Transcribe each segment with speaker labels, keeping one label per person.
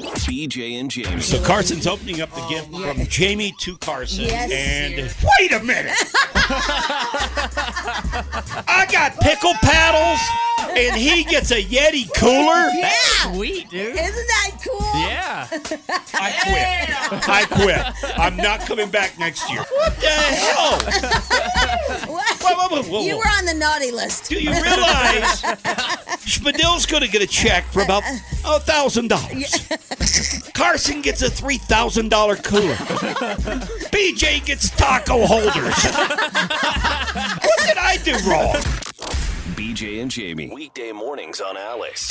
Speaker 1: BJ and Jamie.
Speaker 2: So Carson's opening up the gift from Jamie to Carson.
Speaker 3: Oh, Yes.
Speaker 2: And wait a minute. I got pickle paddles and he gets a Yeti cooler.
Speaker 3: sweet, dude. Isn't that cool?
Speaker 4: Yeah.
Speaker 2: I quit. I quit. I'm not coming back next year. What the hell?
Speaker 3: What?
Speaker 2: Whoa, whoa, whoa, whoa,
Speaker 3: You
Speaker 2: whoa.
Speaker 3: were on the naughty list.
Speaker 2: Do you realize Spadill's going to get a check for about a thousand dollars? Carson gets a three thousand dollar cooler. BJ gets taco holders. what did I do wrong?
Speaker 1: BJ and Jamie. Weekday mornings on Alice.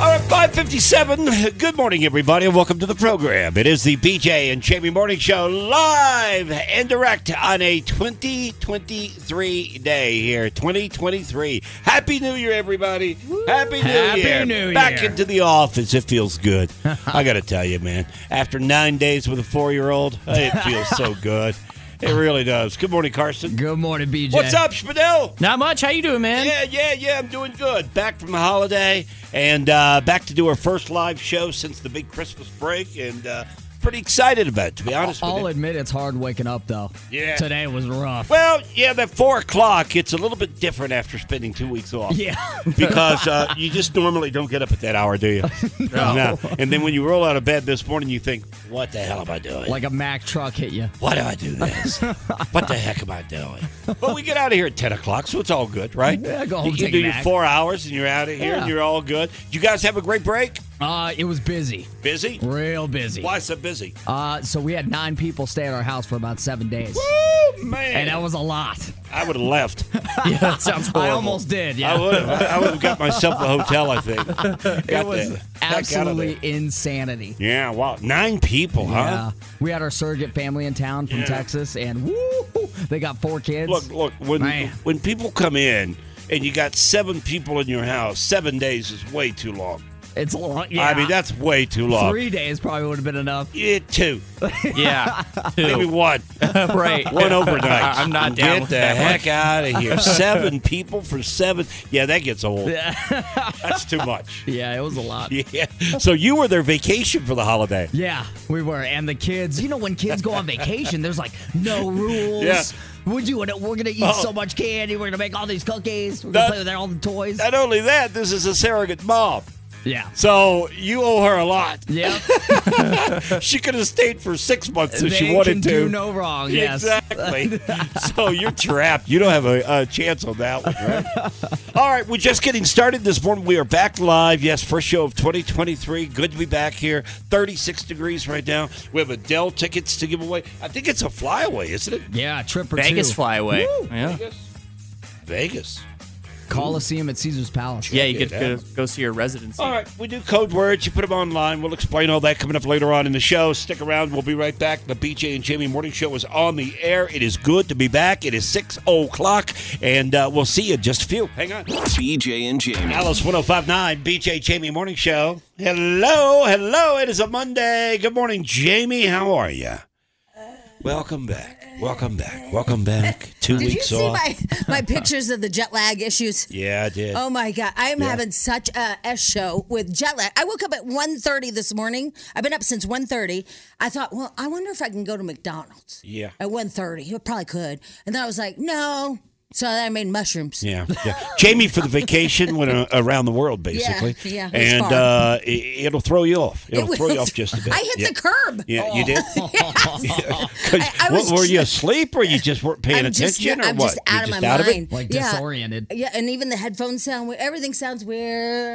Speaker 2: All right, 557. Good morning, everybody, and welcome to the program. It is the BJ and Jamie Morning Show live and direct on a 2023 day here. 2023. Happy New Year, everybody. Happy New
Speaker 4: Happy
Speaker 2: Year.
Speaker 4: New
Speaker 2: Back
Speaker 4: Year.
Speaker 2: into the office. It feels good. I got to tell you, man, after nine days with a four year old, it feels so good. It really does. Good morning, Carson.
Speaker 4: Good morning, BJ.
Speaker 2: What's up, Spadell?
Speaker 4: Not much. How you doing, man?
Speaker 2: Yeah, yeah, yeah. I'm doing good. Back from a holiday and uh, back to do our first live show since the big Christmas break, and uh, pretty excited about it. To be honest with
Speaker 4: I'll
Speaker 2: you.
Speaker 4: admit it's hard waking up though.
Speaker 2: Yeah.
Speaker 4: Today was rough.
Speaker 2: Well, yeah, that four o'clock. It's a little bit different after spending two weeks off.
Speaker 4: yeah.
Speaker 2: Because uh, you just normally don't get up at that hour, do you? no. And then when you roll out of bed this morning, you think, "What the hell am I doing?
Speaker 4: Like a Mack truck hit you.
Speaker 2: Why do I do this? what the heck am I doing? But we get out of here at 10 o'clock, so it's all good, right?
Speaker 4: Yeah, go home,
Speaker 2: You
Speaker 4: take a
Speaker 2: do your
Speaker 4: nap.
Speaker 2: four hours and you're out of here and
Speaker 4: Yeah.
Speaker 2: you're all good. You guys have a great break?
Speaker 4: Uh, it was busy.
Speaker 2: Busy?
Speaker 4: Real busy.
Speaker 2: Why so busy?
Speaker 4: Uh, so we had nine people stay at our house for about seven days.
Speaker 2: Oh, man.
Speaker 4: And that was a lot.
Speaker 2: I would have left.
Speaker 4: Yeah, that sounds I almost did. Yeah.
Speaker 2: I would have. I would have got myself a hotel, I think. Got
Speaker 4: it
Speaker 2: the
Speaker 4: was
Speaker 2: heck out of
Speaker 4: absolutely
Speaker 2: there.
Speaker 4: insanity.
Speaker 2: Yeah, wow. Nine people, huh?
Speaker 4: Yeah. We had our surrogate family in town from Texas, and woo, they got four kids.
Speaker 2: Look, look, when
Speaker 4: Man.
Speaker 2: when people come in and you got seven people in your house, seven days is way too long.
Speaker 4: it's a lot. Yeah.
Speaker 2: I mean, that's way too long.
Speaker 4: three days probably would have been enough.
Speaker 2: Yeah, two.
Speaker 5: Yeah,
Speaker 2: Maybe one.
Speaker 5: right.
Speaker 2: One overnight.
Speaker 5: I- I'm not down
Speaker 2: Get
Speaker 5: with
Speaker 2: the
Speaker 5: that
Speaker 2: heck
Speaker 5: much.
Speaker 2: out of here. Seven people for seven. Yeah, that gets old. That's too much.
Speaker 4: Yeah, it was a lot.
Speaker 2: Yeah. So you were their vacation for the holiday.
Speaker 4: Yeah, we were. And the kids, you know, when kids go on vacation, there's like no rules.
Speaker 2: Yeah.
Speaker 4: We're doing it. We're going to eat
Speaker 2: Oh.
Speaker 4: so much candy. We're going to make all these cookies. We're
Speaker 2: That-
Speaker 4: going to play with all the toys.
Speaker 2: Not only that, this is a surrogate mom.
Speaker 4: yeah.
Speaker 2: So you owe her a lot.
Speaker 4: Yep.
Speaker 2: She could have stayed for six months if
Speaker 4: they
Speaker 2: she wanted
Speaker 4: can
Speaker 2: to.
Speaker 4: do no wrong. Oh, Yes.
Speaker 2: Exactly. so you're trapped. You don't have a, a chance on that one, right? All right, we're just getting started this morning. We are back live. Yes, first show of 2023. Good to be back here. 36 degrees right now. We have Adele tickets to give away. I think it's a flyaway, isn't it?
Speaker 4: Yeah, trip or
Speaker 5: Vegas
Speaker 4: two.
Speaker 5: flyaway. Yeah,
Speaker 2: Vegas.
Speaker 4: Coliseum at Caesar's Palace.
Speaker 5: yeah. You get
Speaker 2: it
Speaker 5: to go, go see your residency.
Speaker 2: All right, we do code words. You put them online. We'll explain all that coming up later on in the show. Stick around. We'll be right back. The BJ and Jamie Morning Show is on the air. It is good to be back. It is 6 o'clock, and uh, we'll see you in just a few. Hang on.
Speaker 1: BJ and Jamie.
Speaker 2: Alice 1059, BJ Jamie Morning Show.
Speaker 3: Uh,
Speaker 2: Hello, hello. It is a Monday. Good morning, Jamie. How are you? Welcome back. Welcome back. Welcome back. Two
Speaker 3: Did you
Speaker 2: weeks
Speaker 3: see
Speaker 2: off.
Speaker 3: my, my pictures of the jet lag issues?
Speaker 2: yeah, I did.
Speaker 3: Oh my god, I am
Speaker 2: Yeah.
Speaker 3: having such a S show with jet lag. I woke up at 1.30 this morning. I've been up since 1.30. I thought, well, I wonder if I can go to McDonald's.
Speaker 2: Yeah.
Speaker 3: At 1.30. I probably could. And then I was like, no. So then I made mushrooms.
Speaker 2: Yeah, yeah. Jamie for the vacation went a- around the world basically.
Speaker 3: yeah, it was
Speaker 2: and
Speaker 3: far.
Speaker 2: uh, it, it'll throw you off. It'll
Speaker 3: It
Speaker 2: throw you
Speaker 3: was-
Speaker 2: off just a bit.
Speaker 3: I hit
Speaker 2: yeah.
Speaker 3: the curb.
Speaker 2: Yeah, you did. Yeah. 'Cause
Speaker 3: I- I
Speaker 2: what,
Speaker 3: was
Speaker 2: were you
Speaker 3: just-
Speaker 2: asleep, or you just weren't paying
Speaker 3: I'm just-
Speaker 2: attention, or
Speaker 3: I'm
Speaker 2: what?
Speaker 3: just
Speaker 2: You're
Speaker 3: out of
Speaker 2: just
Speaker 3: my
Speaker 2: out of it.
Speaker 3: mind.
Speaker 4: Like
Speaker 3: Yeah.
Speaker 4: disoriented.
Speaker 3: Yeah, and even the headphones sound weird. Everything sounds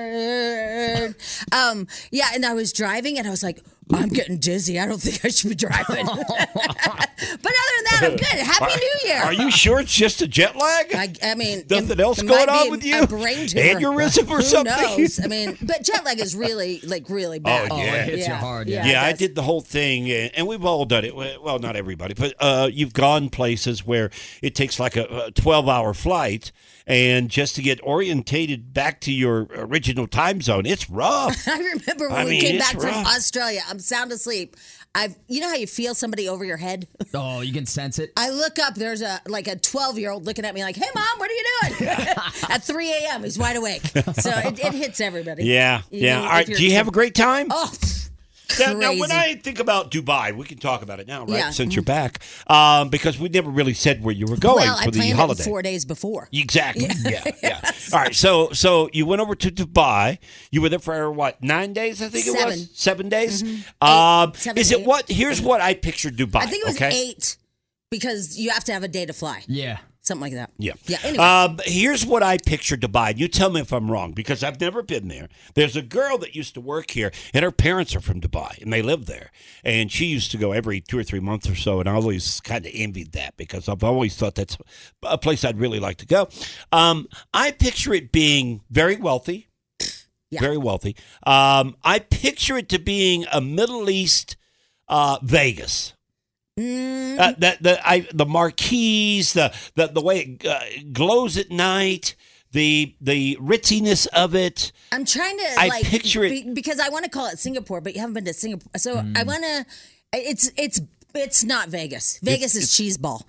Speaker 3: weird. um, yeah, and I was driving and I was like, I'm getting dizzy. I don't think I should be driving. but other than that, I'm good. Happy New Year.
Speaker 2: Are you sure it's just a jet lag?
Speaker 3: I, I mean,
Speaker 2: Nothing
Speaker 3: it-
Speaker 2: else
Speaker 3: it
Speaker 2: going
Speaker 3: might
Speaker 2: on
Speaker 3: be
Speaker 2: with
Speaker 3: a
Speaker 2: you?
Speaker 3: brain tumor.
Speaker 2: Aneurysm or
Speaker 3: Who
Speaker 2: something?
Speaker 3: Knows? I mean, but jet lag is really, like, really bad.
Speaker 2: Oh,
Speaker 4: Oh,
Speaker 2: Yeah.
Speaker 4: it hits you hard. Yeah.
Speaker 2: yeah, I
Speaker 3: guess.
Speaker 2: did the whole thing, and and we've all done it. Well, not everybody, but uh, you've gone places where it takes like a, a 12 hour flight, and just to get orientated back to your original time zone, it's rough.
Speaker 3: I remember when
Speaker 2: I
Speaker 3: we
Speaker 2: mean,
Speaker 3: came
Speaker 2: it's
Speaker 3: back from
Speaker 2: rough.
Speaker 3: Australia. I'm sound asleep. I've, you know how you feel somebody over your head?
Speaker 4: Oh, you can sense it.
Speaker 3: I look up. There's a like a 12 year old looking at me like, "Hey, mom, what are you doing?" at 3 a.m. He's wide awake, so it, it hits everybody.
Speaker 2: yeah,
Speaker 3: Even
Speaker 2: yeah. All
Speaker 3: if
Speaker 2: right,
Speaker 3: you're
Speaker 2: do you
Speaker 3: tw-
Speaker 2: have a great time?
Speaker 3: Oh, pff,
Speaker 2: Now,
Speaker 3: crazy.
Speaker 2: now, when I think about Dubai, we can talk about it now, right?
Speaker 3: Yeah.
Speaker 2: Since you're back, um, because we never really said where you were going
Speaker 3: well,
Speaker 2: for
Speaker 3: I
Speaker 2: the
Speaker 3: planned
Speaker 2: holiday.
Speaker 3: it four days before.
Speaker 2: Exactly. Yeah. Yeah. All right. So so you went over to Dubai. You were there for what nine days? I think it
Speaker 3: Seven.
Speaker 2: was seven days. Um,
Speaker 3: Seven,
Speaker 2: is it
Speaker 3: eight.
Speaker 2: what? Here's what I pictured Dubai.
Speaker 3: I think it was
Speaker 2: okay?
Speaker 3: eight because you have to have a day to fly,
Speaker 4: Yeah.
Speaker 3: something like that.
Speaker 2: Yeah.
Speaker 3: yeah. Anyway,
Speaker 2: Um, here's what I pictured Dubai. You tell me if I'm wrong because I've never been there. There's a girl that used to work here, and her parents are from Dubai, and they live there. And she used to go every two or three months or so, and I always kind of envied that because I've always thought that's a place I'd really like to go. Um, I picture it being very wealthy,
Speaker 3: Yeah.
Speaker 2: very wealthy. Um, I picture it to being a Middle East uh, Vegas. Uh, that the I the marquees, the the, the way it uh, glows at night, the the ritziness of it.
Speaker 3: I'm trying to
Speaker 2: I
Speaker 3: like
Speaker 2: picture it- Mm.
Speaker 3: be- because I want to call it Singapore, but you haven't been to Singapore, so I want to. It's it's it's not Vegas. Vegas is cheese ball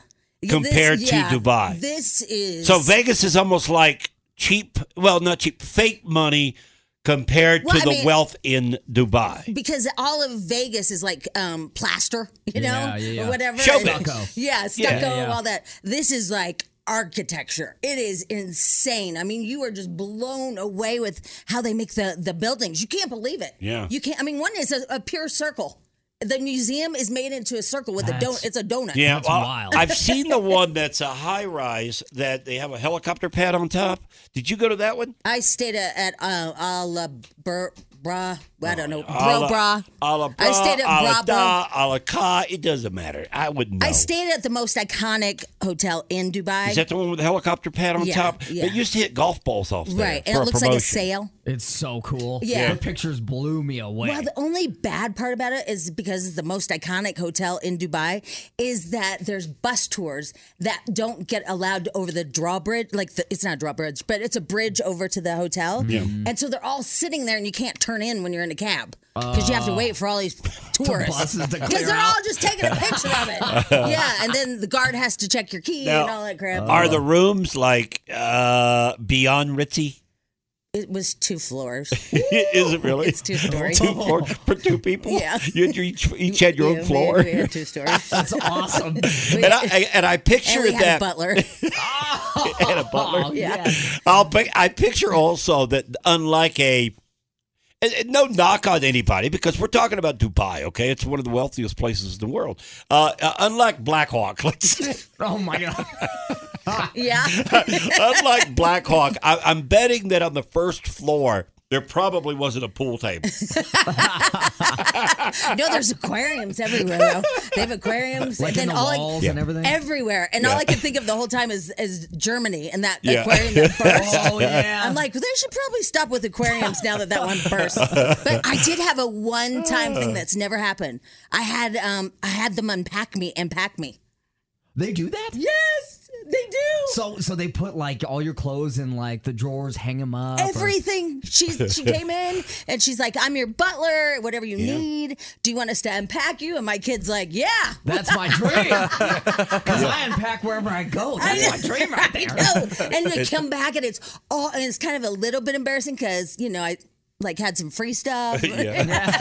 Speaker 2: compared to Dubai.
Speaker 3: This is
Speaker 2: So Vegas is almost like cheap, well, not cheap, fake money compared
Speaker 3: Well,
Speaker 2: to
Speaker 3: I
Speaker 2: the
Speaker 3: mean-
Speaker 2: wealth in Dubai.
Speaker 3: because all of Vegas is like um, plaster, you know,
Speaker 4: Yeah, yeah, yeah.
Speaker 3: or whatever.
Speaker 2: Showbiz.
Speaker 4: Stucco.
Speaker 3: Yeah, stucco,
Speaker 2: Yeah,
Speaker 4: yeah.
Speaker 3: all that. This is like architecture. It is insane. I mean, you are just blown away with how they make the the buildings. You can't believe it.
Speaker 2: Yeah.
Speaker 3: you can't. I mean, one is a, a pure circle. The museum is made into a circle with a
Speaker 4: That's-
Speaker 3: donut. It's a donut.
Speaker 2: Yeah,
Speaker 4: That's wild.
Speaker 2: I've seen the one that's a high rise that they have a helicopter pad on top. Did you go to that one?
Speaker 3: I stayed at, at uh, Ala Bur. Bra, I don't know.
Speaker 2: A
Speaker 3: Bro,
Speaker 2: la-
Speaker 3: bra.
Speaker 2: a la bra,
Speaker 3: I stayed
Speaker 2: a la
Speaker 3: at Bra,
Speaker 2: da,
Speaker 3: bra.
Speaker 2: a la ka. It doesn't matter. I wouldn't know.
Speaker 3: I stayed at the most iconic hotel in Dubai.
Speaker 2: Is that the one with the helicopter pad on
Speaker 3: Yeah,
Speaker 2: top?
Speaker 3: yeah.
Speaker 2: They used to hit golf balls off there.
Speaker 3: Right, and
Speaker 2: for
Speaker 3: it looks like
Speaker 2: promotion.
Speaker 3: a sale.
Speaker 4: It's so cool.
Speaker 3: Yeah.
Speaker 4: Your pictures blew me away.
Speaker 3: Well, the only bad part about it is because it's the most iconic hotel in Dubai is that there's bus tours that don't get allowed over the drawbridge. Like the, it's not a drawbridge, but it's a bridge over to the hotel. Yeah. And so they're all sitting there, and you can't turn in when you're in a cab because you have
Speaker 2: Uh,
Speaker 3: to wait for all these tourists
Speaker 4: buses to clear
Speaker 3: because they're
Speaker 4: out.
Speaker 3: all just taking a picture of it. yeah, and then the guard has to check your key
Speaker 2: Now,
Speaker 3: and all that crap.
Speaker 2: Are the rooms like uh, beyond ritzy?
Speaker 3: it was two floors.
Speaker 2: Is it really?
Speaker 3: It's two stories.
Speaker 2: Two floor for two people.
Speaker 3: Yeah.
Speaker 2: you had- you each, each had your
Speaker 3: Yeah,
Speaker 2: own
Speaker 3: we-
Speaker 2: floor.
Speaker 3: We had two stories.
Speaker 4: That's awesome.
Speaker 2: And I, I- and I picture
Speaker 3: and we had
Speaker 2: that
Speaker 3: a butler.
Speaker 2: and a butler.
Speaker 4: Oh,
Speaker 3: Yeah.
Speaker 2: I'll pic- I picture also that unlike a and- and no knock on anybody because we're talking about Dubai, okay? It's one of the wealthiest places in the world. Uh, uh, unlike Blackhawk, let's say.
Speaker 4: Oh my god.
Speaker 3: yeah.
Speaker 2: Unlike Black Hawk, I, I'm betting that on the first floor there probably wasn't a pool table.
Speaker 3: No, there's aquariums everywhere. Though. They have aquariums,
Speaker 4: Like in the
Speaker 3: all I-
Speaker 4: walls and everything.
Speaker 3: everywhere. And all I could think of the whole time is is Germany and that
Speaker 2: Yeah.
Speaker 3: aquarium that burst.
Speaker 4: oh yeah.
Speaker 3: I'm like, they should probably stop with aquariums now that that one burst. But I did have a one-time thing that's never happened. I had um, I had them unpack me and pack me.
Speaker 4: they do that?
Speaker 3: Yes, They do.
Speaker 4: So so they put like all your clothes in like the drawers, hang them up. or-
Speaker 3: Everything. She she came in and she's like, "I'm your butler. Whatever you need. Do you want us to unpack you?" And my kid's like, "Yeah."
Speaker 4: that's my dream. Because I unpack wherever I go. That's my dream right there.
Speaker 3: No, and they come back and it's all and it's kind of a little bit embarrassing because you know I like had some free stuff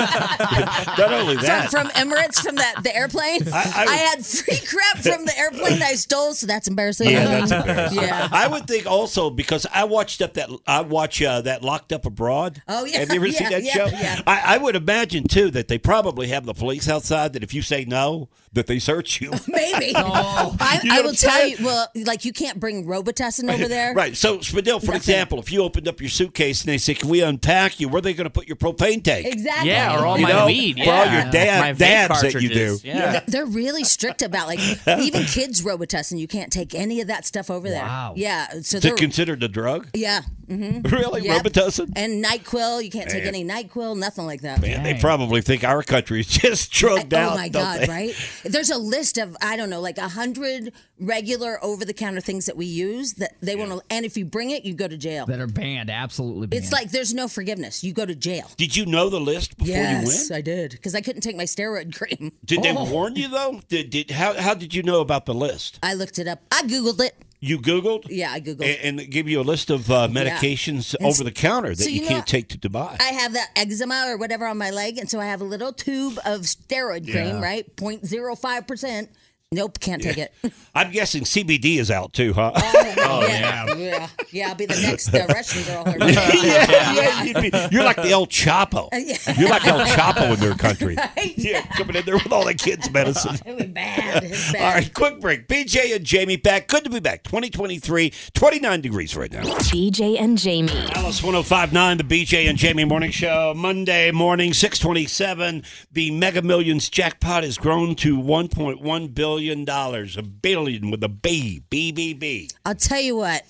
Speaker 2: Not only
Speaker 3: from,
Speaker 2: that,
Speaker 3: from Emirates from that the airplane. I,
Speaker 2: I would-
Speaker 3: had free crap from the airplane that I stole, so that's embarrassing.
Speaker 2: Yeah, that's embarrassing.
Speaker 3: Yeah.
Speaker 2: I would think also because I watched up that I watch uh, that Locked Up Abroad.
Speaker 3: Oh, yeah,
Speaker 2: have you ever
Speaker 3: yeah,
Speaker 2: seen that
Speaker 3: yeah,
Speaker 2: show?
Speaker 3: yeah.
Speaker 2: I, I would imagine too that they probably have the police outside. That if you say no, that they search you.
Speaker 3: Maybe. I,
Speaker 2: You know
Speaker 3: I
Speaker 2: what
Speaker 3: will
Speaker 2: I'm
Speaker 3: tell
Speaker 2: saying?
Speaker 3: you. Well, like you can't bring Robitussin over there.
Speaker 2: Right. So, Spadil, for example, if you opened up your suitcase and they say, "Can we unpack you?" Where are they going to put your propane tank?
Speaker 3: Exactly.
Speaker 5: Yeah, or all
Speaker 2: You
Speaker 5: my
Speaker 2: know,
Speaker 5: weed.
Speaker 2: for all your
Speaker 5: yeah.
Speaker 2: dab-
Speaker 5: My vape
Speaker 2: dabs that you do.
Speaker 5: cartridges, Yeah.
Speaker 3: They're really strict about like even kids Robitussin. You can't take any of that stuff over there.
Speaker 4: Wow.
Speaker 3: Yeah. So
Speaker 2: Is
Speaker 3: they're
Speaker 2: it considered a drug?
Speaker 3: yeah. hmm
Speaker 2: Really,
Speaker 3: Yep.
Speaker 2: Robitussin?
Speaker 3: And Nyquil. You can't take
Speaker 2: Man.
Speaker 3: any Nyquil. Nothing like that.
Speaker 2: Man, they probably think our country is just drugged out.
Speaker 3: oh my
Speaker 2: don't
Speaker 3: god!
Speaker 2: they?
Speaker 3: Right? There's a list of I don't know, like a hundred regular over-the-counter things that we use that they want to. And if you bring it, you go to jail.
Speaker 4: That are banned, absolutely banned.
Speaker 3: It's like there's no forgiveness. You go to jail.
Speaker 2: Did you know the list before you went?
Speaker 3: Yes, Oh. I did because I couldn't take my steroid cream.
Speaker 2: Did they warn you though? Did, did how how did you know about the list?
Speaker 3: I looked it up. I googled it.
Speaker 2: You Googled?
Speaker 3: Yeah, I googled.
Speaker 2: A- And, they give you a list of uh, medications over the counter that
Speaker 3: so
Speaker 2: you,
Speaker 3: you know
Speaker 2: can't
Speaker 3: what?
Speaker 2: take to Dubai.
Speaker 3: I have that eczema or whatever on my leg, and so I have a little tube of steroid cream, right? 0.05 percent. Nope, can't take it.
Speaker 2: I'm guessing CBD is out too, huh?
Speaker 3: oh yeah. yeah, yeah, I'll be the next uh, Russian girl. Here.
Speaker 2: yeah, yeah, you'd be, you're like the El Chapo.
Speaker 3: Yeah.
Speaker 2: You're like El Chapo in their country. Yeah,
Speaker 3: yeah,
Speaker 2: coming in there with all the kids' medicine.
Speaker 3: it was bad. It was bad.
Speaker 2: All right, quick break. BJ and Jamie back. Good to be back. 2023, 29 degrees right now.
Speaker 6: BJ and Jamie.
Speaker 2: Alice 1059, the BJ and Jamie Morning Show, Monday morning, 627. The Mega Millions jackpot has grown to $1.1 billion. A billion with a B, B, B, B.
Speaker 3: I'll tell you what.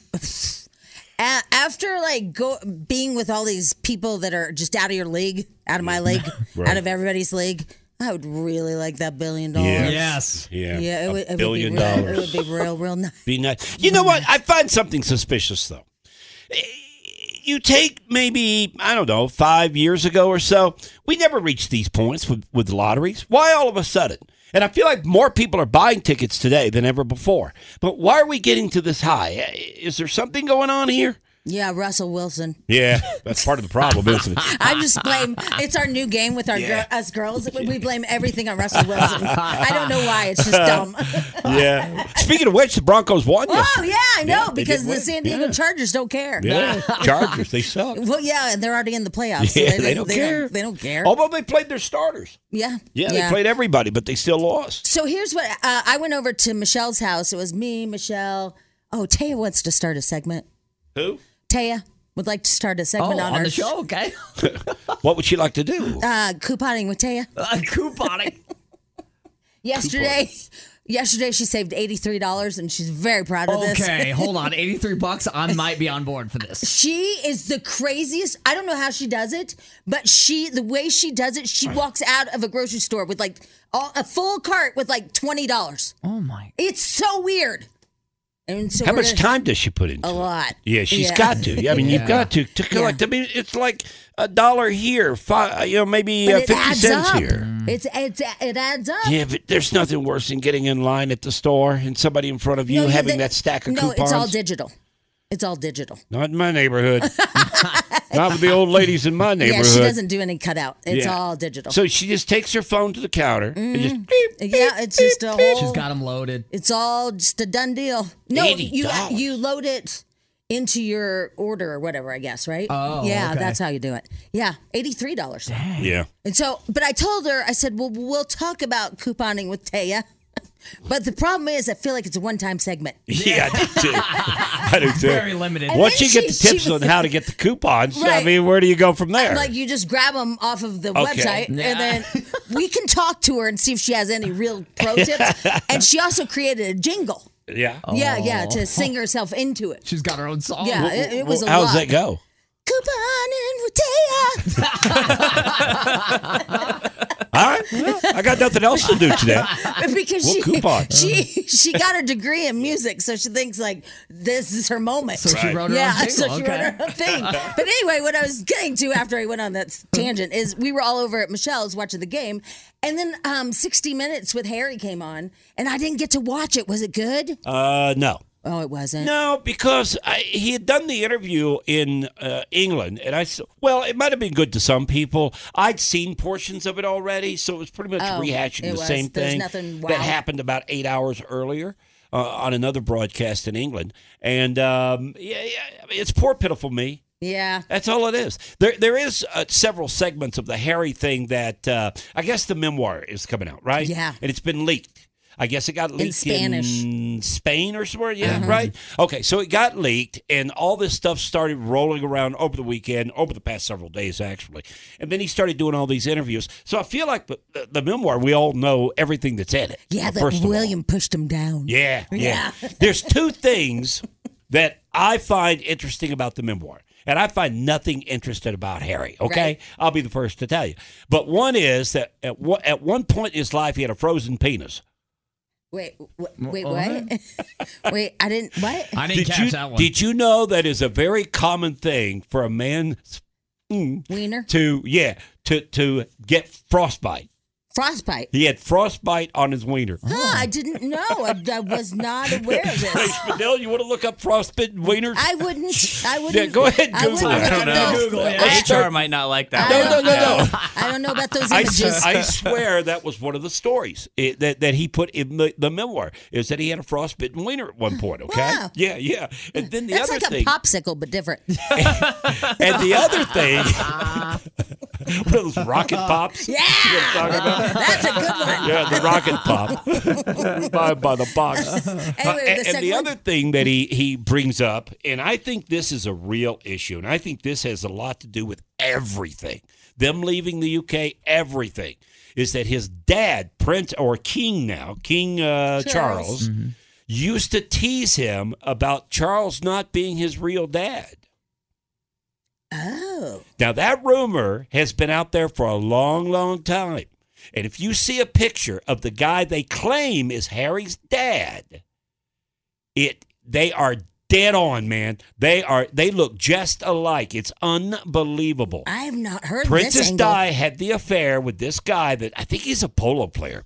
Speaker 3: a- After like go being with all these people that are just out of your league, out of my league, out of everybody's league, I would really like that billion dollars.
Speaker 4: yes.
Speaker 2: Yeah.
Speaker 3: Yeah, it
Speaker 2: a
Speaker 3: would, it
Speaker 2: billion
Speaker 3: would be real,
Speaker 2: dollars.
Speaker 3: It would be real, real nice.
Speaker 2: Be nice. You know what? I find something suspicious though. You take maybe I don't know five years ago or so. We never reached these points with with lotteries. Why all of a sudden? And I feel like more people are buying tickets today than ever before. But why are we getting to this high? Is there something going on here?
Speaker 3: Yeah, Russell Wilson.
Speaker 2: Yeah, that's part of the problem, isn't it?
Speaker 3: I just blame. It's our new game with our gir- us girls. We blame everything on Russell Wilson. I don't know why. It's just dumb.
Speaker 2: Yeah. Speaking of which, the Broncos won.
Speaker 3: oh
Speaker 2: yesterday.
Speaker 3: yeah, I know
Speaker 2: they
Speaker 3: because
Speaker 2: did
Speaker 3: the
Speaker 2: win.
Speaker 3: San Diego Chargers don't care.
Speaker 2: Yeah. Chargers, they suck.
Speaker 3: Well, yeah, and they're already in the playoffs. so
Speaker 2: Yeah, they don't care.
Speaker 3: they don't care.
Speaker 2: Although they played their starters.
Speaker 3: yeah.
Speaker 2: Yeah, they played everybody, but they still lost.
Speaker 3: So here's what uh, I went over to Michelle's house. It was me, Michelle. Oh, Taya wants to start a segment.
Speaker 2: Who?
Speaker 3: Taya would like to start a
Speaker 4: Oh,
Speaker 3: segment
Speaker 4: on,
Speaker 3: on, our
Speaker 4: the show, okay.
Speaker 2: What would she like to do?
Speaker 3: Uh, couponing with Taya.
Speaker 4: Uh, couponing.
Speaker 3: Yesterday, yesterday she saved eighty three dollars, and she's very proud of this.
Speaker 4: okay, hold on. 83 bucks. I might be on board for this.
Speaker 3: She is the craziest. I don't know how she does it, but she the way she does it, she walks out of a grocery store with like all, a full cart with like twenty dollars.
Speaker 4: Oh my.
Speaker 3: It's so weird. And so
Speaker 2: How
Speaker 3: we're
Speaker 2: much
Speaker 3: gonna-
Speaker 2: time does she put into
Speaker 3: A
Speaker 2: it?
Speaker 3: lot.
Speaker 2: Yeah, she's
Speaker 3: Yeah.
Speaker 2: got to. Yeah, I mean, you've got to to collect.
Speaker 3: Yeah.
Speaker 2: I mean, it's like a dollar here, five, you know, maybe
Speaker 3: But
Speaker 2: uh,
Speaker 3: it
Speaker 2: fifty
Speaker 3: adds
Speaker 2: cents
Speaker 3: up.
Speaker 2: here.
Speaker 3: It's it's it adds up.
Speaker 2: Yeah, but there's nothing worse than getting in line at the store and somebody in front of you
Speaker 3: No, yeah,
Speaker 2: having
Speaker 3: they-
Speaker 2: that stack of
Speaker 3: no,
Speaker 2: coupons.
Speaker 3: it's all digital. It's all digital.
Speaker 2: Not in my neighborhood. Not with the old ladies in my
Speaker 3: Yeah,
Speaker 2: neighborhood.
Speaker 3: she doesn't do any cutout. It's
Speaker 2: Yeah.
Speaker 3: all digital.
Speaker 2: So she just takes her phone to the counter and just
Speaker 3: Mm.
Speaker 2: beep,
Speaker 3: yeah, it's just a whole.
Speaker 4: She's got them loaded.
Speaker 3: It's all just a done deal. No, you
Speaker 2: $80.
Speaker 3: you load it into your order or whatever, I guess, right?
Speaker 4: Oh,
Speaker 3: yeah,
Speaker 4: okay.
Speaker 3: that's how you do it. Yeah, eighty three dollars.
Speaker 2: Yeah.
Speaker 3: And so, but I told her, I said, well, we'll talk about couponing with Taya. But the problem is, I feel like it's a one time segment.
Speaker 2: Yeah, I do too. I do too.
Speaker 4: Very limited.
Speaker 3: And
Speaker 2: Once
Speaker 3: then
Speaker 2: you get the
Speaker 3: she- she
Speaker 2: tips on
Speaker 3: was-
Speaker 2: how to get the coupons, I
Speaker 3: Right.
Speaker 2: mean, where do you go from there?
Speaker 3: Like you just grab them off of the
Speaker 2: Okay.
Speaker 3: website,
Speaker 4: Yeah.
Speaker 3: and then we can talk to her and see if she has any real pro tips. and she also created a jingle.
Speaker 2: yeah.
Speaker 3: Yeah, yeah,
Speaker 4: Oh.
Speaker 3: to sing herself into it.
Speaker 4: She's got her own song.
Speaker 3: Yeah, it, it was a
Speaker 2: How
Speaker 3: lot.
Speaker 2: does that go?
Speaker 3: Couponing with Taya.
Speaker 2: All right. well, I got nothing else to do today.
Speaker 3: because
Speaker 2: Well,
Speaker 3: she
Speaker 2: coupon.
Speaker 3: she she got a degree in music, so she thinks like this is her moment.
Speaker 4: So she wrote her
Speaker 3: yeah,
Speaker 4: own jingle.
Speaker 3: so she
Speaker 4: okay.
Speaker 3: wrote her own thing. But anyway, what I was getting to after I went on that s- tangent is we were all over at Michelle's watching the game, and then um, 60 Minutes with Harry came on, and I didn't get to watch it. Was it good?
Speaker 2: Uh, no.
Speaker 3: oh, it wasn't.
Speaker 2: No, because I, he had done the interview in uh, England, and I s- well, it might have been good to some people. I'd seen portions of it already, so it was pretty much
Speaker 3: Oh,
Speaker 2: rehashing the
Speaker 3: it was.
Speaker 2: same
Speaker 3: There's
Speaker 2: thing
Speaker 3: nothing wow.
Speaker 2: that happened about eight hours earlier uh, on another broadcast in England. And um, yeah, yeah, it's poor pitiful me.
Speaker 3: Yeah.
Speaker 2: That's all it is. There, there is uh, several segments of the Harry thing that uh, I guess the memoir is coming out, right?
Speaker 3: Yeah.
Speaker 2: and it's been leaked. I guess it got leaked
Speaker 3: Spanish. Mm-hmm.
Speaker 2: in Spain or somewhere. Yeah, right. Okay, so it got leaked, and all this stuff started rolling around over the weekend, over the past several days actually. And then he started doing all these interviews. So I feel like the, the, the memoir, we all know everything that's in it.
Speaker 3: Yeah,
Speaker 2: uh,
Speaker 3: that
Speaker 2: first of all.
Speaker 3: William pushed him down.
Speaker 2: Yeah, yeah.
Speaker 3: Yeah.
Speaker 2: There's two things that I find interesting about the memoir, and I find nothing interesting about Harry. Okay,
Speaker 3: Right.
Speaker 2: I'll be the first to tell you. But one is that at one, at one point in his life, he had a frozen penis.
Speaker 3: Wait, wh- wait, what? wait, I didn't. What?
Speaker 4: I didn't
Speaker 2: did
Speaker 4: catch
Speaker 2: you
Speaker 4: that one.
Speaker 2: did you know that is a very common thing for a man mm,
Speaker 3: Wiener?
Speaker 2: to yeah to to get frostbite.
Speaker 3: Frostbite.
Speaker 2: He had frostbite on his wiener.
Speaker 3: Huh, I didn't know. I, I was not aware of
Speaker 2: Hey,
Speaker 3: this.
Speaker 2: Spadil, you want to look up frostbitten wieners?
Speaker 3: I wouldn't. I wouldn't.
Speaker 2: Yeah, go ahead,
Speaker 3: I
Speaker 2: Google
Speaker 3: wouldn't
Speaker 2: it.
Speaker 5: I
Speaker 3: look
Speaker 5: don't
Speaker 3: at
Speaker 5: know.
Speaker 3: those.
Speaker 4: Google it.
Speaker 3: I-
Speaker 4: Yeah.
Speaker 5: HR might not like that.
Speaker 3: I
Speaker 2: no, no, no, no.
Speaker 3: I don't know about those
Speaker 2: I,
Speaker 3: images.
Speaker 2: s- I swear that was one of the stories eh, that, that he put in the, the memoir is that he had a frostbitten wiener at one point. Okay,
Speaker 3: Wow.
Speaker 2: yeah, yeah. And then the
Speaker 3: That's
Speaker 2: other
Speaker 3: like a
Speaker 2: thing,
Speaker 3: popsicle, but different.
Speaker 2: and the other thing, one of those rocket pops.
Speaker 3: Yeah,
Speaker 2: You know what I'm talking about?
Speaker 3: that's a good one.
Speaker 2: Yeah, the rocket pop by, by the box.
Speaker 3: Anyway,
Speaker 2: and,
Speaker 3: the
Speaker 2: and the
Speaker 3: second-
Speaker 2: other thing that he, he brings up, and I think this is a real issue, and I think this has a lot to do with everything. Them leaving the UK, everything, is that his dad, Prince or King now, King uh, Charles,
Speaker 3: Charles.
Speaker 2: used to tease him about Charles not being his real dad.
Speaker 3: Oh,
Speaker 2: Now, that rumor has been out there for a long, long time. And if you see a picture of the guy they claim is Harry's dad, it they are dead on, man. They are they look just alike. It's unbelievable.
Speaker 3: I have not heard this
Speaker 2: Princess
Speaker 3: angle.
Speaker 2: Di had the affair with this guy that I think he's a polo player,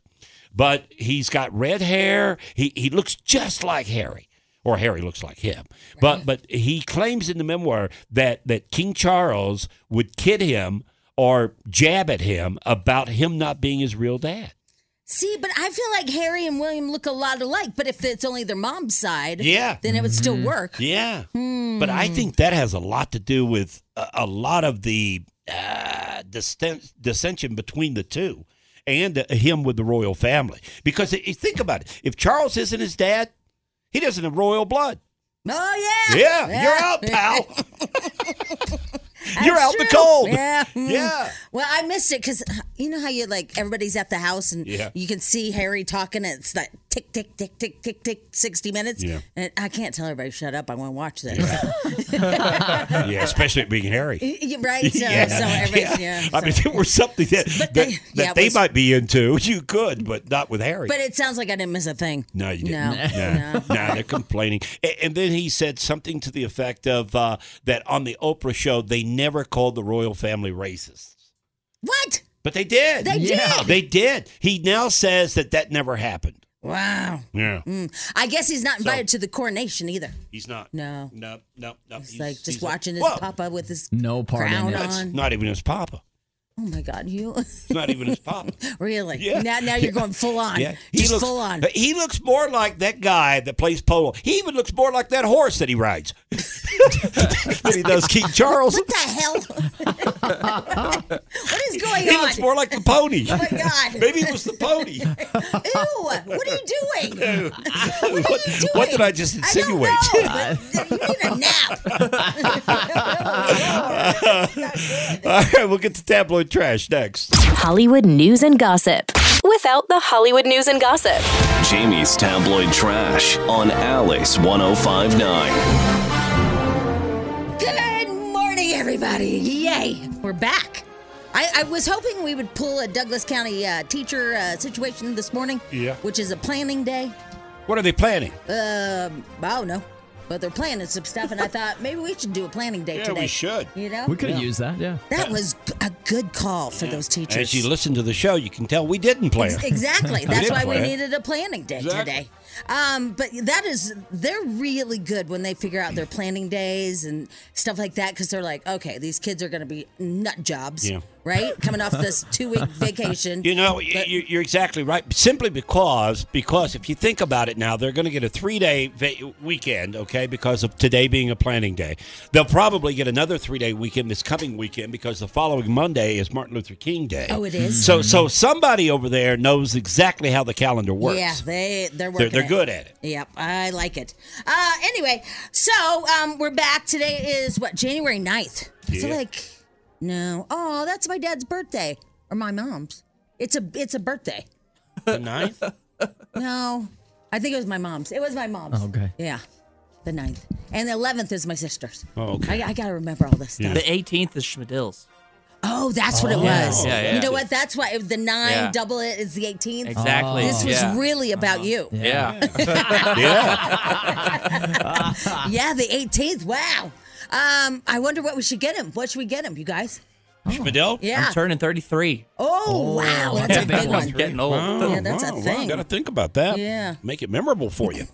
Speaker 2: but he's got red hair. He he looks just like Harry, or Harry looks like him. But but he claims in the memoir that that King Charles would kid him or jab at him about him not being his real dad.
Speaker 3: See, but I feel like Harry and William look a lot alike. But if it's only their mom's side,
Speaker 2: Yeah. Mm-hmm.
Speaker 3: then it would still work.
Speaker 2: Yeah. But I
Speaker 3: Hmm.
Speaker 2: think that has a lot to do with a, a lot of the uh, dissen- dissension between the two and uh, him with the royal family. Because i- i- think about it if Charles isn't his dad, he doesn't have royal blood.
Speaker 3: Oh yeah,
Speaker 2: Yeah, you're out, pal. you're
Speaker 3: That's
Speaker 2: out in the
Speaker 3: true.
Speaker 2: cold.
Speaker 3: Yeah. Mm.
Speaker 2: Yeah.
Speaker 3: Well, I missed it because you know how you like everybody's at the house and
Speaker 2: Yeah.
Speaker 3: you can see Harry talking. And it's like tick, tick, tick, tick, tick, tick, 60 minutes.
Speaker 2: Yeah.
Speaker 3: And I can't tell everybody, shut up. I want to watch this.
Speaker 2: Yeah, especially it being Harry.
Speaker 3: You're right. So, uh, so everybody's, yeah.
Speaker 2: I mean, if it were something that, that,
Speaker 3: But they-
Speaker 2: that
Speaker 3: yeah, it
Speaker 2: they
Speaker 3: was-
Speaker 2: might be into, you could, but not with Harry.
Speaker 3: but it sounds like I didn't miss a thing.
Speaker 2: No, you didn't.
Speaker 3: No.
Speaker 2: No, no. they're complaining. A- And then he said something to the effect of uh, that on the Oprah show, they never called the royal family racist.
Speaker 3: What?
Speaker 2: But they did.
Speaker 3: They Yeah. did.
Speaker 2: They did. He now says that that never happened.
Speaker 3: Wow.
Speaker 2: Yeah.
Speaker 3: I guess he's not invited to the coronation either.
Speaker 2: He's not.
Speaker 3: No.
Speaker 2: No, no, no.
Speaker 3: He's like just watching his
Speaker 2: Well,
Speaker 3: papa with his
Speaker 4: No part in
Speaker 3: crown
Speaker 4: it.
Speaker 2: It's
Speaker 3: on.
Speaker 2: not even his papa.
Speaker 3: Oh my God, you
Speaker 2: It's not even his papa.
Speaker 3: really?
Speaker 2: Yeah.
Speaker 3: Now, now you're going full on.
Speaker 2: Yeah.
Speaker 3: Just full on.
Speaker 2: He looks more like that guy that plays polo. He even looks more like that horse that he rides than he does King Charles.
Speaker 3: What the hell? what is going
Speaker 2: He
Speaker 3: on?
Speaker 2: looks more like the pony.
Speaker 3: oh my God.
Speaker 2: Maybe it was the pony.
Speaker 3: Ew! What are you doing?
Speaker 2: what,
Speaker 3: What are you doing?
Speaker 2: what did I just insinuate?
Speaker 3: I don't know, but you need a nap.
Speaker 2: All right, we'll get to tabloid trash next.
Speaker 7: Hollywood news and gossip without the Hollywood news and gossip.
Speaker 1: Jamie's tabloid trash on Alice 1059.
Speaker 3: Good morning, everybody. Yay. We're back. I, I was hoping we would pull a Douglas County uh, teacher uh, situation this morning.
Speaker 2: Yeah.
Speaker 3: Which is a planning day.
Speaker 2: What are they planning?
Speaker 3: Um, I don't know, but they're planning some stuff, and I thought maybe we should do a planning day
Speaker 2: Yeah,
Speaker 3: today.
Speaker 2: we should.
Speaker 3: You know,
Speaker 4: We could have used that. Yeah.
Speaker 3: that was g- a good call for those teachers.
Speaker 2: As you listen to the show, you can tell we didn't plan.
Speaker 3: Exactly. That's
Speaker 2: did
Speaker 3: why we
Speaker 2: plan.
Speaker 3: needed a planning day
Speaker 2: Exactly.
Speaker 3: today. Um, but that is, they're really good when they figure out their planning days and stuff like that because they're like, okay, these kids are going to be nut jobs,
Speaker 2: Yeah.
Speaker 3: right? Coming off this two week vacation.
Speaker 2: You know, y- you- you're exactly right. Simply because, because if you think about it now, they're going to get a three day va- weekend, okay, because of today being a planning day. They'll probably get another three day weekend this coming weekend because the following Monday is Martin Luther King Day.
Speaker 3: Oh, it is?
Speaker 2: So, so somebody over there knows exactly how the calendar works.
Speaker 3: Yeah, they they're
Speaker 2: they're,
Speaker 3: working.
Speaker 2: they're
Speaker 3: it.
Speaker 2: good at it.
Speaker 3: Yep, I like it. Uh, anyway, so um, we're back. Today is what January 9th. So
Speaker 2: Yeah.
Speaker 3: like, no, oh, that's my dad's birthday or my mom's. It's a it's a birthday.
Speaker 2: The ninth?
Speaker 3: No, I think it was my mom's. It was my mom's.
Speaker 5: Oh,
Speaker 4: Okay.
Speaker 3: Yeah, the 9th. And the 11th is my sister's.
Speaker 2: Oh, okay.
Speaker 3: I, I got to remember all this stuff.
Speaker 5: The 18th is Schmidl's.
Speaker 3: Oh, that's what it was.
Speaker 5: Yeah, yeah.
Speaker 3: You know what? That's why if the 9
Speaker 5: Yeah.
Speaker 3: double it is the 18th.
Speaker 5: Exactly.
Speaker 3: Oh. This was
Speaker 5: yeah. Uh-huh.
Speaker 3: really about you.
Speaker 5: Yeah.
Speaker 2: yeah.
Speaker 3: Yeah, the 18th. Wow. Um, I wonder what we should get him. What should we get him, you guys?
Speaker 2: Schmidl?
Speaker 3: Yeah.
Speaker 5: I'm turning 33.
Speaker 3: oh, wow, that's a big
Speaker 5: I'm
Speaker 3: one.
Speaker 5: getting old.
Speaker 2: Oh,
Speaker 3: Yeah, that's a thing.
Speaker 2: got to think about that.
Speaker 3: Yeah.
Speaker 2: Make it memorable for you.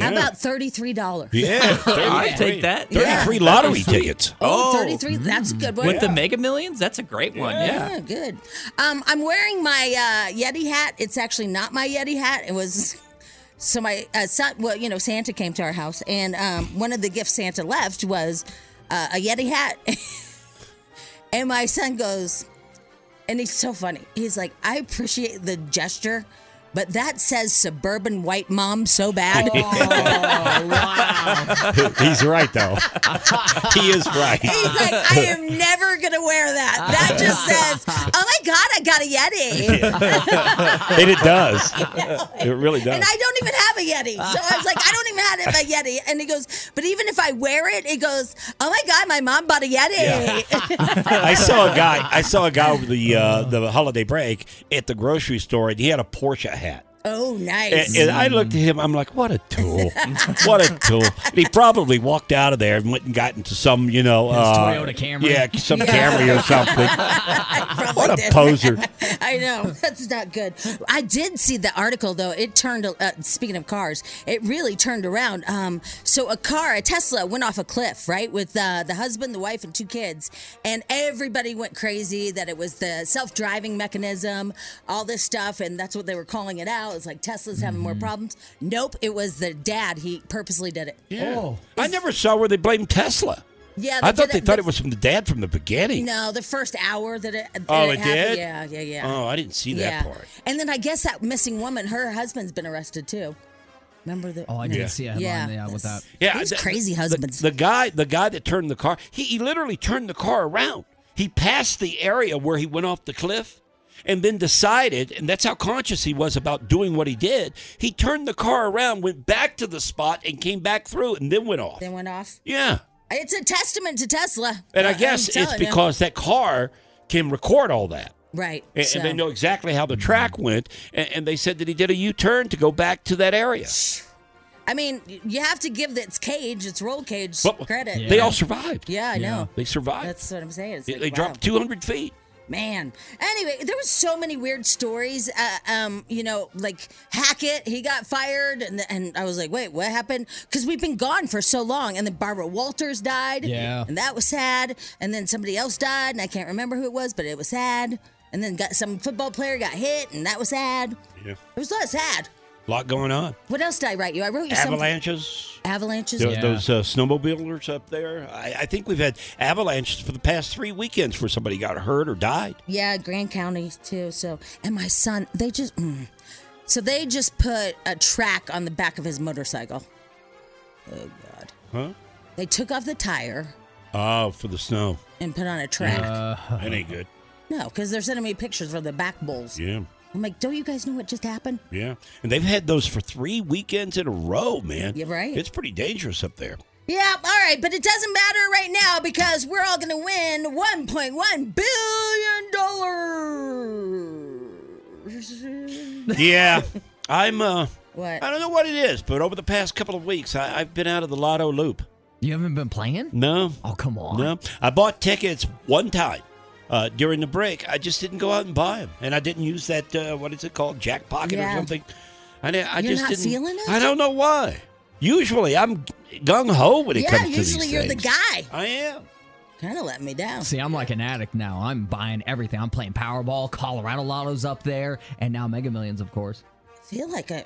Speaker 3: How about thirty-three dollars?
Speaker 2: Yeah.
Speaker 5: I'd take that.
Speaker 2: 33
Speaker 5: Yeah.
Speaker 2: lottery tickets.
Speaker 3: Oh, 33 That's a good one.
Speaker 5: With the Mega Millions? That's a great one. Yeah.
Speaker 3: Yeah, Oh, good. Um, I'm wearing my uh, Yeti hat. It's actually not my Yeti hat. It was so my uh, son. Well, you know, Santa came to our house, and um, one of the gifts Santa left was uh, a Yeti hat. and my son goes, and he's so funny. He's like, I appreciate the gesture. But that says suburban white mom so bad.
Speaker 2: He's right, though. he is right.
Speaker 3: He's like, I am never gonna wear that. That just says, "Oh my God, I got a Yeti."
Speaker 2: And it does. It really does.
Speaker 3: And I don't even have a Yeti. So I was like, I don't even have a Yeti. And he goes, but even if I wear it, it goes, oh my God, my mom bought a Yeti.
Speaker 2: I saw a guy. I saw a guy over the uh, the holiday break at the grocery store, and he had a Porsche hat.
Speaker 3: oh,
Speaker 2: And,
Speaker 3: nice.
Speaker 2: and I looked at him. I'm like, "What a tool! What a tool!" And he probably walked out of there and went and got into some, you know, uh,
Speaker 4: Toyota Camry.
Speaker 2: Yeah, some Camry or something.
Speaker 3: Probably
Speaker 2: What a
Speaker 3: did.
Speaker 2: poser!
Speaker 3: I know. That's not good. I did see the article, though. It turned, uh, speaking of cars, it really turned around. Um, so a car, a Tesla, went off a cliff, right, with uh, the husband, the wife, and two kids. And everybody went crazy that it was the self driving mechanism, all this stuff. And that's what they were calling it out. It's like Tesla's having
Speaker 2: Mm-hmm.
Speaker 3: more problems. Nope, it was the dad. He purposely did it.
Speaker 2: Yeah. I never saw where they blamed Tesla.
Speaker 3: Yeah,
Speaker 2: I thought
Speaker 3: Uh, did
Speaker 2: they thought
Speaker 3: the-
Speaker 2: it was from the dad from the beginning.
Speaker 3: No, the first hour that it. that
Speaker 2: Oh, it
Speaker 3: happened.
Speaker 2: did?
Speaker 3: Yeah, yeah, yeah.
Speaker 2: Oh, I didn't see that part.
Speaker 3: And then I guess that missing woman, her husband's been arrested too. Remember the?
Speaker 4: Oh, I did
Speaker 2: Yeah.
Speaker 4: see a headline. Yeah, with that.
Speaker 3: that's-
Speaker 2: Yeah,
Speaker 3: these
Speaker 2: the-
Speaker 3: crazy husbands.
Speaker 2: The, the guy, the guy that turned the car, he, he literally turned the car around. He passed the area where he went off the cliff, and then decided, and that's how conscious he was about doing what he did. He turned the car around, went back to the spot, and came back through, and then went off.
Speaker 3: they went off.
Speaker 2: yeah,
Speaker 3: It's a testament to Tesla.
Speaker 2: and I
Speaker 3: I'm
Speaker 2: guess it's
Speaker 3: telling you.
Speaker 2: because that car can record all that.
Speaker 3: right.
Speaker 2: And,
Speaker 3: so.
Speaker 2: and they know exactly how the track went, and, and they said that he did a U-turn to go back to that area.
Speaker 3: I mean, you have to give its cage, its roll cage,
Speaker 2: But
Speaker 3: credit.
Speaker 2: They all survived.
Speaker 3: Yeah, I know.
Speaker 2: They survived.
Speaker 3: That's what I'm saying. It's
Speaker 2: they
Speaker 3: like,
Speaker 2: they
Speaker 3: wow.
Speaker 2: dropped 200 feet.
Speaker 3: Man. Anyway, there was so many weird stories. Uh, um, you know, like Hackett, he got fired, and and I was like, wait, what happened? Because we've been gone for so long, and then Barbara Walters died.
Speaker 4: Yeah.
Speaker 3: and that was sad. And then somebody else died, and I can't remember who it was, but it was sad. And then got some football player got hit, and that was sad.
Speaker 2: Yeah.
Speaker 3: It was a lot sad.
Speaker 2: A lot going on.
Speaker 3: What else did I write you? I wrote you
Speaker 2: Avalanches.
Speaker 3: some avalanches.
Speaker 2: Those,
Speaker 4: Yeah.
Speaker 2: those uh, snowmobilers up there. I, I think we've had avalanches for the past three weekends where somebody got hurt or died.
Speaker 3: Yeah, Grand County too. So, and my son, they just, mm. so they just put a track on the back of his motorcycle. Oh God!
Speaker 2: Huh?
Speaker 3: They took off the tire
Speaker 2: Oh, for the snow.
Speaker 3: and put on a track.
Speaker 2: That ain't good.
Speaker 3: No, because they're sending me pictures from the back bowls.
Speaker 2: Yeah.
Speaker 3: I'm like, don't you guys know what just happened?
Speaker 2: Yeah. And they've had those for three weekends in a row, man.
Speaker 3: Yeah, right.
Speaker 2: It's pretty dangerous up there.
Speaker 3: Yeah, all right, but it doesn't matter right now because we're all going to win $1.1 billion.
Speaker 2: Yeah, I'm. Uh,
Speaker 3: What?
Speaker 2: I don't know what it is, but over the past couple of weeks, I, I've been out of the lotto loop.
Speaker 4: You haven't been playing?
Speaker 2: No,
Speaker 4: Oh, come on.
Speaker 2: no, I bought tickets one time uh, during the break. I just didn't go out and buy them, and I didn't use that. Uh, what is it called? Jack pocket or
Speaker 3: Yeah.
Speaker 2: something? I, di- I
Speaker 3: You're
Speaker 2: just
Speaker 3: not
Speaker 2: didn't.
Speaker 3: feeling it?
Speaker 2: I don't know why. Usually, I'm gung ho when it
Speaker 3: yeah,
Speaker 2: comes to these
Speaker 3: usually you're the
Speaker 2: things.
Speaker 3: guy.
Speaker 2: I am.
Speaker 3: Kind of let me down.
Speaker 4: See, I'm like an addict now. I'm buying everything. I'm playing Powerball, Colorado Lotto's up there, and now Mega Millions, of course.
Speaker 3: feel like I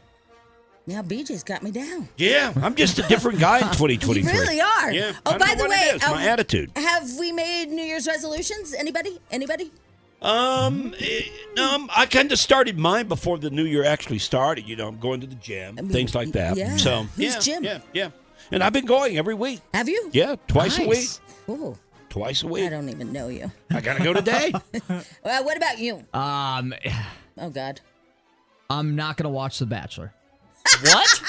Speaker 3: now BJ's got me down.
Speaker 2: Yeah, I'm just a different guy in 2023.
Speaker 3: You really are.
Speaker 2: Yeah.
Speaker 3: Oh,
Speaker 2: I don't
Speaker 3: by
Speaker 2: know
Speaker 3: the
Speaker 2: what
Speaker 3: way,
Speaker 2: it is, my
Speaker 3: um,
Speaker 2: attitude.
Speaker 3: Have we made New Year's resolutions? Anybody? Anybody?
Speaker 2: Um, eh, um, I kind of started mine before the new year actually started. You know, I'm going to the gym,
Speaker 3: mean,
Speaker 2: things like that.
Speaker 3: yeah.
Speaker 2: So
Speaker 3: Who's
Speaker 2: yeah,
Speaker 3: gym?
Speaker 2: yeah, yeah. And I've been going every week.
Speaker 3: Have you?
Speaker 2: Yeah, twice a week.
Speaker 4: Nice.
Speaker 3: Oh,
Speaker 2: Twice a
Speaker 3: I
Speaker 2: week.
Speaker 3: don't even know you.
Speaker 2: I, gotta go today.
Speaker 3: Well, what about you?
Speaker 4: Um,
Speaker 3: Oh God.
Speaker 4: I'm not gonna watch The Bachelor.
Speaker 5: What?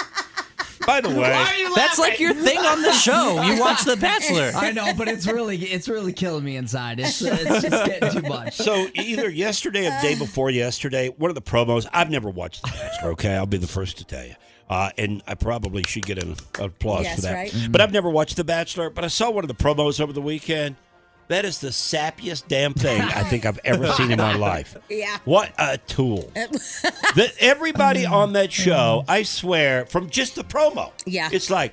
Speaker 2: By the way,
Speaker 5: That's like your thing on the show. You watch The Bachelor.
Speaker 4: I know, but it's really it's really killing me inside. It's, it's just getting too much.
Speaker 2: so either yesterday or the day before yesterday, one of the promos. I've never watched The Bachelor. Okay, I'll be the first to tell you. Uh, and I probably should get an applause
Speaker 3: Yes,
Speaker 2: for that.
Speaker 3: right?
Speaker 2: But I've never watched The Bachelor. But I saw one of the promos over the weekend. That is the sappiest damn thing I think I've ever seen in my life.
Speaker 3: Yeah.
Speaker 2: What a tool. that everybody on that show, I swear, from just the promo,
Speaker 3: Yeah.
Speaker 2: it's like,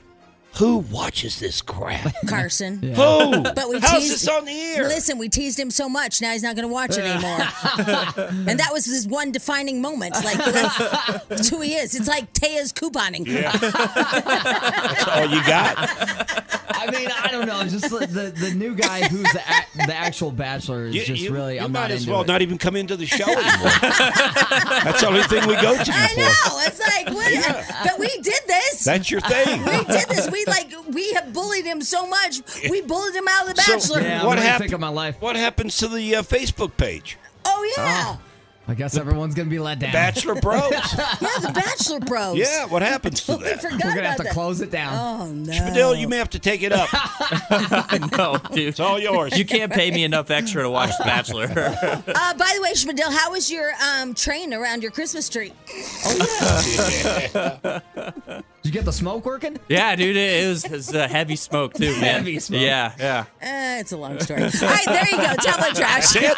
Speaker 2: who watches this crap?
Speaker 3: Carson.
Speaker 2: Who?
Speaker 3: But we
Speaker 2: How's
Speaker 3: teased
Speaker 2: this on the air?
Speaker 3: Listen, we teased him so much. Now he's not going to watch it anymore. and that was his one defining moment. Like that's, that's who he is. It's like Taya's couponing.
Speaker 2: That's all you got.
Speaker 4: I mean, I don't know. Just the the, the new guy who's the, a, the actual Bachelor is
Speaker 2: You,
Speaker 4: just
Speaker 2: you-
Speaker 4: really.
Speaker 2: you
Speaker 4: I'm
Speaker 2: might
Speaker 4: not
Speaker 2: as
Speaker 4: into
Speaker 2: well
Speaker 4: it.
Speaker 2: not even come into the show anymore. That's the only thing we go to you
Speaker 3: I
Speaker 2: for.
Speaker 3: know. It's like, what? but we did this.
Speaker 2: That's your thing.
Speaker 3: we did this. We like we have bullied him so much. We bullied him out of the
Speaker 2: So,
Speaker 3: bachelor.
Speaker 4: Yeah,
Speaker 2: what
Speaker 4: what do you
Speaker 2: happened?
Speaker 4: think of my life?
Speaker 2: What happens to the uh, Facebook page,
Speaker 3: Oh yeah,
Speaker 4: I guess everyone's gonna be let down.
Speaker 2: Bachelor Bros?
Speaker 3: yeah, the bachelor bros.
Speaker 2: yeah, what happens to
Speaker 3: we
Speaker 2: that?
Speaker 3: forgot
Speaker 4: We're gonna
Speaker 3: about
Speaker 4: have to
Speaker 3: that.
Speaker 4: close it down.
Speaker 3: Oh no,
Speaker 2: Fidel, you may have to take it up.
Speaker 5: No, dude.
Speaker 2: It's all yours.
Speaker 5: You can't pay me enough extra to watch The Bachelor.
Speaker 3: Uh, by the way, Schmidel, how was your um, train around your Christmas tree?
Speaker 4: Did you get the smoke working?
Speaker 5: yeah, dude, it, it was, it was uh, heavy smoke too, man.
Speaker 4: Heavy smoke.
Speaker 5: Yeah, yeah.
Speaker 3: Uh, it's a long story. All right, there you go. Tell my trash. Yep.